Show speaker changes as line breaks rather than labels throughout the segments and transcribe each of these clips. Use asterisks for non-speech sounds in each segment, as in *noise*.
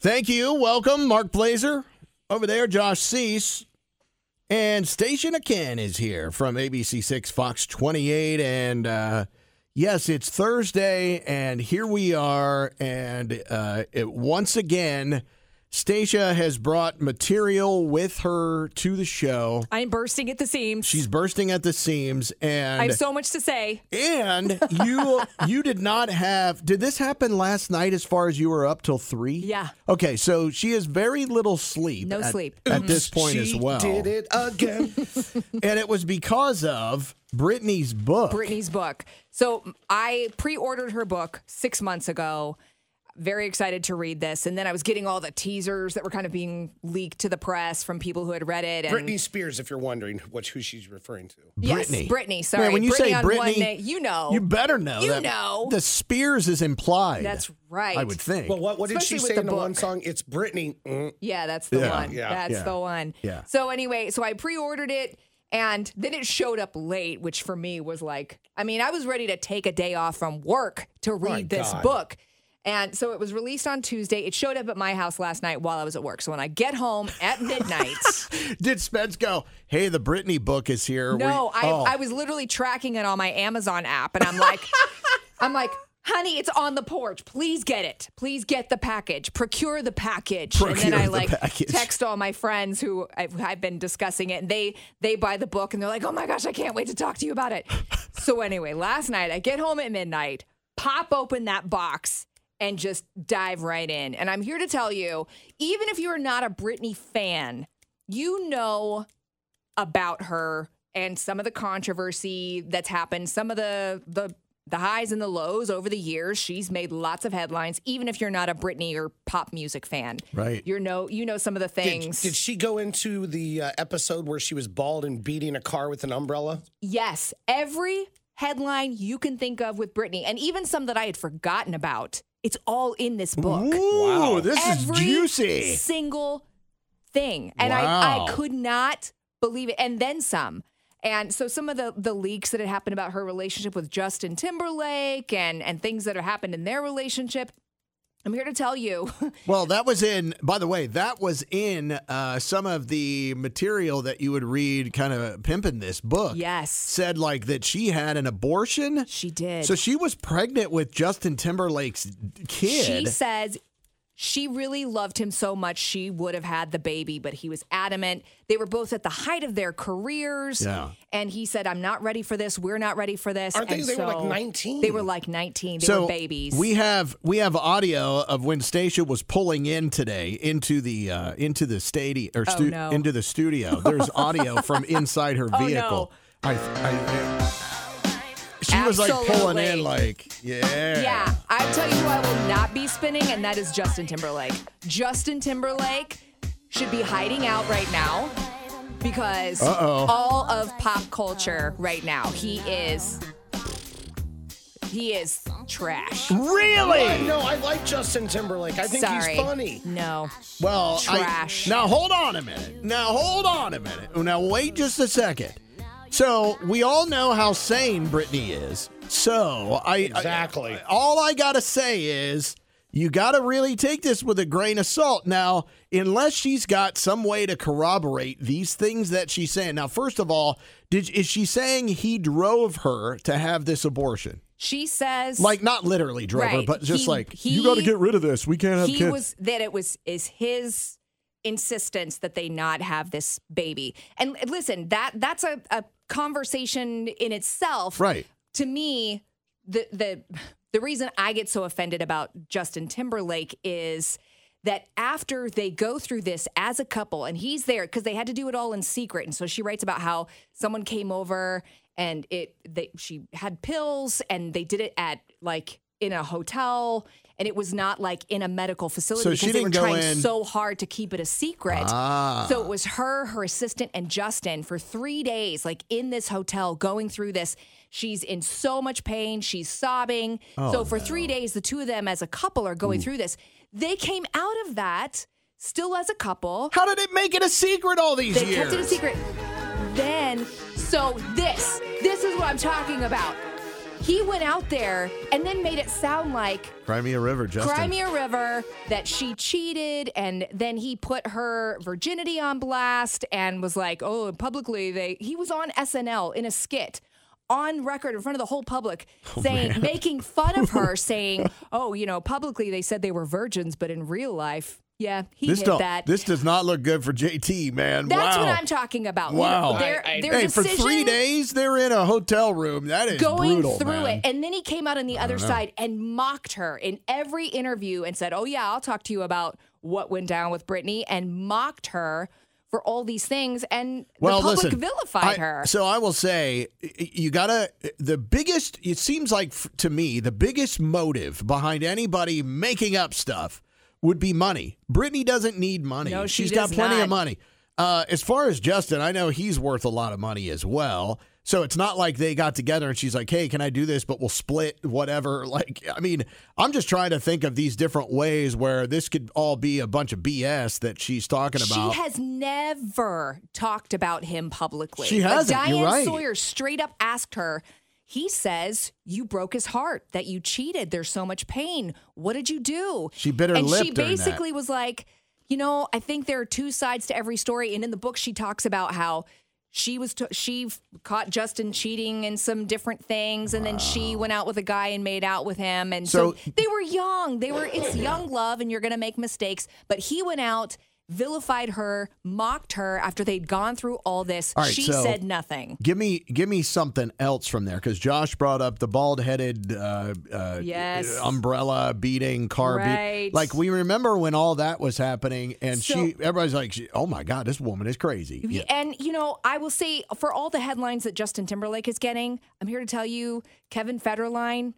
Thank you. Welcome, Mark Blazer. Over there, Josh Cease. And Station Akin is here from ABC6 Fox 28. And uh, yes, it's Thursday, and here we are. And uh, it, once again, Stacia has brought material with her to the show.
I'm bursting at the seams.
She's bursting at the seams, and
I have so much to say.
and
*laughs*
you you did not have did this happen last night as far as you were up till three?
Yeah.
Okay, so she has very little sleep.
No
at-
sleep. Mm-hmm.
at this point as well.
did it
*laughs*
again.
And it was because of Brittany's book.
Brittany's book. So I pre ordered her book six months ago. Very excited to read this. And then I was getting all the teasers that were kind of being leaked to the press from people who had read it. And
Britney Spears, if you're wondering what who she's referring to.
Yes,
Brittany.
Brittany, sorry.
Man, when you
Brittany
say
on
Brittany,
one day- you know.
You better know.
You
that
know.
The Spears is implied.
That's right.
I would think.
Well, what, what did
Especially
she
with
say
the
in the one
book.
song? It's Britney. Mm.
Yeah, that's the
Yeah,
one.
yeah,
that's
yeah.
the one.
Yeah.
So anyway, so I pre-ordered it and then it showed up late, which for me was like, I mean, I was ready to take a day off from work to read this
God.
book. And so it was released on Tuesday. It showed up at my house last night while I was at work. So when I get home
*laughs*
at midnight,
did Spence go, hey, the Brittany book is here.
no,
We-
I
oh.
I was literally tracking it on my Amazon app and
*laughs*
I'm like I'm like Honey, it's on the porch. Please get it. Please get the package. Procure the package. and
Procure
then I
the
like
package.
text all my friends who I've, I've been discussing it, and they they buy the book, and they're like, "Oh my gosh, I can't wait to talk to you about
*laughs*
it." so anyway, last night I get home at midnight, pop open that box, and just dive right in. And I'm here to tell you, even if you are not a Britney fan, you know about her and some of the controversy that's happened, some of the the the highs and the lows over the years. She's made lots of headlines, even if you're not a Britney or pop music fan.
Right.
You know you know some of the
Did,
things.
did she go into the uh, episode where she was bald and beating a car with an umbrella?
yes, every headline you can think of with Britney, and even some that I had forgotten about. It's all in this book.
Ooh,
Wow.
this
every
is juicy.
single thing and
Wow.
I, I could not believe it and then some and so some of the the leaks that had happened about her relationship with justin timberlake and and things that have happened in their relationship i'm here to tell you *laughs*
Well, that was in, by the way, that was in uh, some of the material that you would read kind of pimping this book.
Yes.
Said like that she had an abortion.
she did
So she was pregnant with Justin Timberlake's
She
kid.
says she really loved him so much she would have had the baby, but he was adamant. They were both at the height of their careers.
Yeah.
And he said, I'm not ready for this. We're not ready for this.
Aren't they-
And
they were like
so
19?
They were like 19. They were babies.
we have we have audio of when Stacia was pulling in today into the uh, into the stadium or stu-
Oh, no. Oh,
into the studio. There's
*laughs*
audio from inside her
no.
vehicle. I, I, she was like pulling in
Absolutely.
like yeah
yeah, I tell you who I will not be spinning, and that is Justin Timberlake. Justin Timberlake should be hiding out right now because
Uh-oh.
all of pop culture right now, he is he is trash.
really.
No, I like Justin Timberlake. I think
Sorry.
he's funny.
No.
Well, I-
Trash.
now hold on a minute. Now hold on a minute. Now wait just a second. So we all know how sane Brittany is. So I I-
Exactly.
all I gotta say is you gotta really take this with a grain of salt. Now, unless she's got some way to corroborate these things that she's saying. Now, first of all, did is she saying he drove her to have this abortion?
She says
Like not literally drove her,
Right.
but just
He-
like
he-
rid of this. We can't
he was that it was is his insistence that they not have this baby. And listen, that that's a, a conversation in itself.
Right.
To me, the the the reason I get so offended about Justin Timberlake is that after they go through this as a couple and he's there because they had to do it all in secret and so she writes about how someone came over and it they she had pills and they did it at like in a hotel and it was not like in a medical facility
So
because
she
they were
didn't go
trying
in-
so hard to keep it a secret so it was her her assistant and justin for three days like in this hotel going through this she's in so much pain she's sobbing so for three days the two of them as a couple are going through this they came out of that still as a couple
How did it make it a secret all these
they
years?
kept it a secret then so this this is what i'm talking about He went out there and then made it sound like
Crimea River, Justin.
Crimea River that she cheated, and then he put her virginity on blast and was like, "Oh, and publicly they." He was on SNL in a skit. On record in front of the whole
*laughs*
public,
Oh,
saying, making fun of her, saying, "Oh, you know, publicly they said they were virgins, but in real life, yeah, he
This,
hit
don't,
that."
this does not look good for JT, man.
That's
wow.
what I'm talking about. You know,
Wow.
their,
I- I-
their
hey,
decision
for three days, they're in a hotel room. That is
going
brutal,
through
man.
it. And then he came out on the other side and mocked her in every interview and said, Oh, yeah, I'll talk to you about what went down with Britney and mocked her for all these things. And
well,
the public
listen,
vilified
I-
her.
So I will say, y- y- you gotta the biggest. It seems like f- to me the biggest motive behind anybody making up stuff would be money. Brittany doesn't need money.
No, she
has got
does
plenty of
not.
money. Uh, as far as Justin, I know he's worth a lot of money as well. So it's not like they got together and she's like, "Hey, can I do this?" But we'll split whatever. *laughs* Like, I mean, I'm just trying to think of these different ways where this could all be a bunch of BS that she's talking about.
She has never talked about him publicly.
She
Like,
hasn't.
Diane
You're right.
Sawyer straight up asked her. He says you broke his heart, that you cheated. There's so much pain. What did you do?
She bit her
and
lip
she
during that.
basically was like, you know, I think there are two sides to every story. And in the book, she talks about how she was t- she f- caught Justin cheating in some different things, and then she went out with a guy and made out with him. And so,
So-
they were young. They were it's young love, and you're gonna make mistakes. But he went out. Vilified her, mocked her after they'd gone through all this.
All right,
she
so-
said nothing.
Give me give me something else from there because Josh brought up the bald headed uh, uh,
Yes.
umbrella beating car
Right.
beat. Like we remember when all that was happening, and
So-
she everybody's like, she- "Oh my god, this woman is crazy." Yeah.
And, you know, I will say for all the headlines that Justin Timberlake is getting, I'm here to tell you Kevin Federline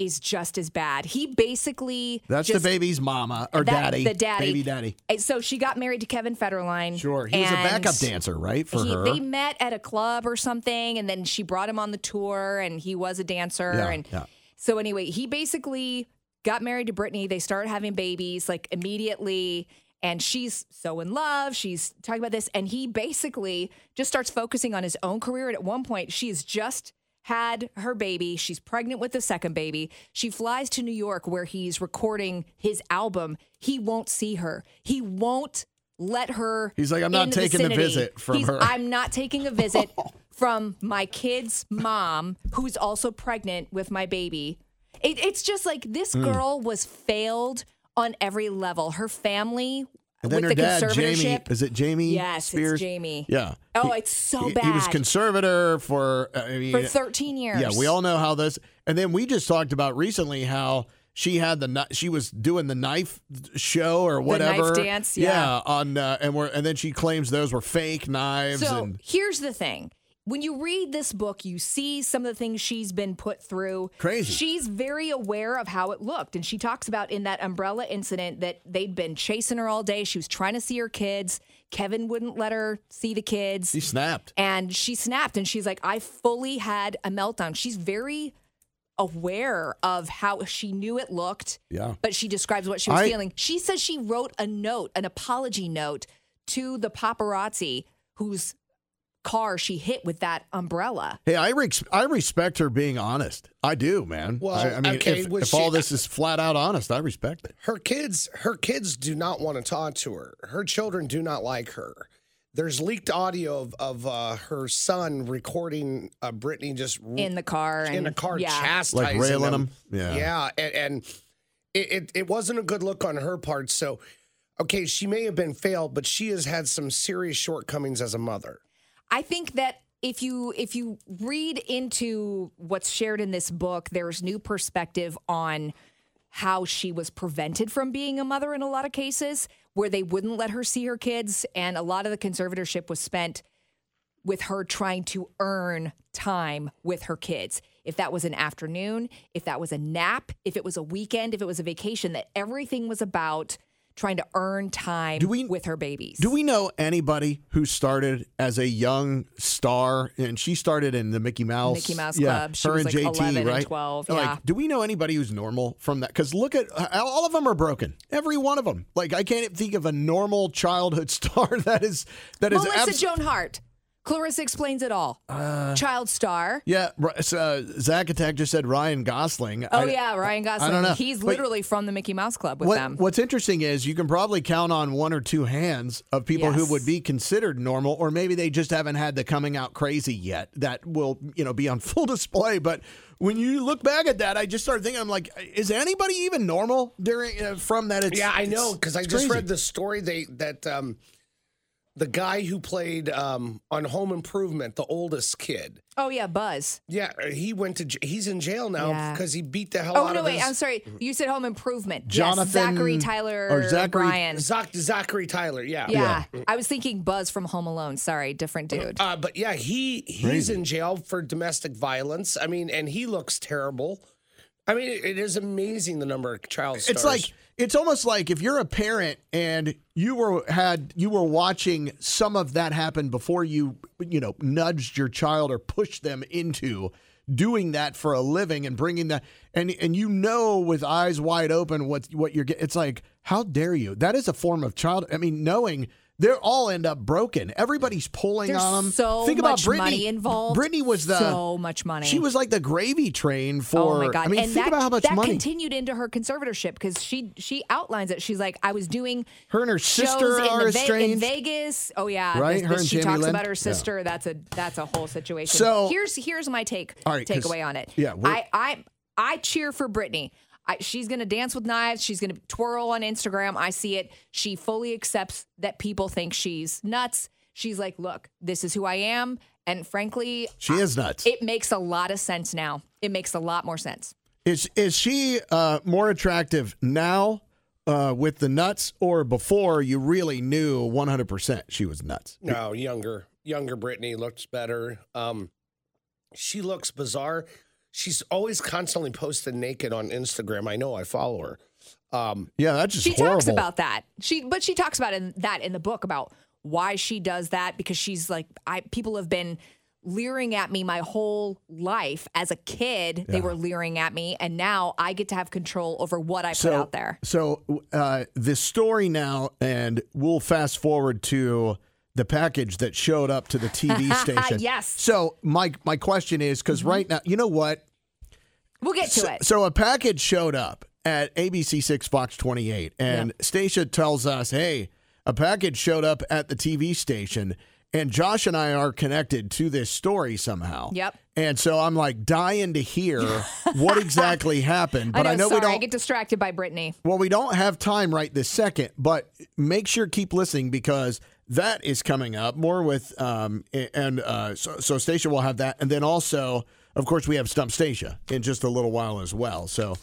is just as bad. He basically.
That's
just-
the baby's mama or
that-
daddy,
The daddy.
baby daddy.
And So she got married to Kevin Federline.
Sure, he was a
and
backup dancer, right? For
he-
her,
They met at a club or something, and then she brought him on the tour, and he was a dancer.
Yeah,
and
yeah.
so, anyway, he basically got married to Brittany. They started having babies like immediately, and she's so in love. She's talking about this, and he basically just starts focusing on his own career. And at one point, she's just had her baby. She's pregnant with the second baby. She flies to New York where he's recording his album. He won't see her. He won't let her
He's like, "I'm not
in
taking a
vicinity."
visit from
He's,
her.
I'm not taking
*laughs*
a visit from my kid's mom, who's also pregnant with my baby. It, it's just like this
Hmm.
girl was failed on every level. Her family
and then
with
her
the
dad, Jamie.
conservatorship.
Is it Jamie?
Yes, it's
Spears?
Jamie.
Yeah.
Oh, it's so
he, He was
bad.
conservator for. uh, I mean,
for 13 years.
Yeah, we all know how this. And then we just talked about recently how she had the kni- she was doing the knife show or
knife
whatever
dance, yeah.
on uh, and we're and then she claims those were fake knives.
So
and
here's the thing. When you read this book, you see some of the things she's been put through.
Crazy.
She's very aware of how it looked. And she talks about in that umbrella incident that they'd been chasing her all day. She was trying to see her kids. Kevin wouldn't let her see the kids.
she snapped.
And she snapped and she's like, I fully had a meltdown. She's very aware of how she knew it looked.
Yeah.
But she describes what she was
I-
feeling. She says she wrote a note, an apology note to the paparazzi whose car she hit with that umbrella.
Hey, I res- I respect her being honest. I do, man.
Well,
I, I mean,
okay,
if,
was
if all
she-
this is flat out honest, I respect it.
her kids her kids do not want to talk to her her children do not like her there's leaked audio of, of uh, her son recording uh, Britney just r-
In the car.
in
and,
a car
yeah.
chastising
Like railing
him.
them. Yeah.
yeah and, and it, it, it wasn't a good look on her part so okay she may have been failed but she has had some serious shortcomings as a mother
I think that if you if you read into what's shared in this book, there's new perspective on how she was prevented from being a mother in a lot of cases where they wouldn't let her see her kids and a lot of the conservatorship was spent with her trying to earn time with her kids. If that was an afternoon, if that was a nap, if it was a weekend, if it was a vacation, that everything was about trying to earn time
Do we-
with her babies.
Do we know anybody who started as a young star? And she started in the Mickey Mouse,
Mickey Mouse
yeah,
Club. She
her
was,
and
like,
JT,
11 and
right?
12,
Like,
yeah.
do we know anybody who's normal from that? Because look at all of them are broken. Every one of them. Like I can't think of a normal childhood *laughs* star that is that is
Melissa
abs- Uh,
Joan Hart. Clarissa explains it all. Child star.
Yeah, r- s- uh, Zach Attack just said Ryan Gosling.
Oh
I-
yeah, Ryan Gosling.
know.
He's
But-
literally from the Mickey Mouse Club with
What-
them.
What's interesting is you can probably count on one or two hands of people who
Yes.
would be considered normal, or maybe they just haven't had the coming out crazy yet that will, you know, be on *laughs* full display. But when you look back at that, I just started thinking, I'm like, is anybody even normal during uh, from that? It's,
Yeah, I
it's-
know because I
it's
just
crazy.
read the story they that um, the guy who played um, on Home Improvement, the oldest kid.
oh yeah, Buzz.
Yeah, he went to j- he's in jail now
Yeah.
because he beat the hell
Oh
out
no,
of
wait.
his
I'm sorry. You said Home Improvement.
Jonathan-
yes, Zachary Tyler
or Zachary-
Bryan.
Zach- Zachary Tyler. Yeah,
Yeah. I was thinking Buzz from Home Alone. Sorry, different dude.
Uh, but yeah, he he's
Crazy.
in jail for domestic violence. I mean, and he looks terrible. I mean, it, it is amazing the number of child stars.
It's like it's almost like if you're a parent and you were had you were watching some of that happen before you you know nudged your child or pushed them into doing that for a living and bringing that and and you know with eyes wide open what what you're getting. It's like how dare you? That is a form of child. I mean, knowing. They're all end up broken. Everybody's pulling
There's
on them.
so
um, Think about
much
Britney.
money involved.
Britney was the
so much money.
She was like the gravy train
Oh
for.
my god!
I mean,
and
think
that,
about how much
that
money.
continued into her conservatorship because she she outlines it. She's like, I was doing
Her and her sister
shows in
are
the Ve-
estranged.
in Vegas. Oh yeah,
Right?
this-
Her
this-
and
she
Jamie
talks
Lynn?
about her
Yeah.
sister. That's a that's a whole situation.
So-
here's here's my take
All right, 'cause-
takeaway on it.
yeah, we're-
I I I cheer for Britney. I, she's gonna dance with knives. She's gonna twirl on Instagram. I see it. She fully accepts that people think she's nuts. She's like, look, this is who I am, and frankly,
She is nuts.
it makes a lot of sense now. It makes a lot more sense.
Is is she uh, more attractive now uh, with the nuts or before you really knew 100% she was nuts?
no younger younger Britney looks better. Um, she looks bizarre. She's always constantly posted naked on Instagram. I know I follow her. Um,
Yeah, that's just
she
horrible.
talks about that. She but she talks about in, that in the book about why she does that because she's like I people have been leering at me my whole life as a kid they were leering at me and now I get to have control over what I put out there.
So uh, the story now, and we'll fast forward to the package that showed up to the
*laughs*
TV station.
Yes. Mm-hmm.
So my my question is because right now, you know what?
We'll get to it.
So a package showed up at ABC 6 Fox 28, and Stacia tells us, hey, a package showed up at the TV station, and Josh and I are connected to this story somehow.
Yep.
And so I'm like dying to hear
*laughs*
what exactly happened, but I know,
sorry,
we
I
don't.
get distracted by Brittany.
well, we don't have time right this second, but make sure keep listening because that is coming up more with um a- and uh so, so Stacia will have that, and then also, of course, we have Stump Stacia in just a little while as well. So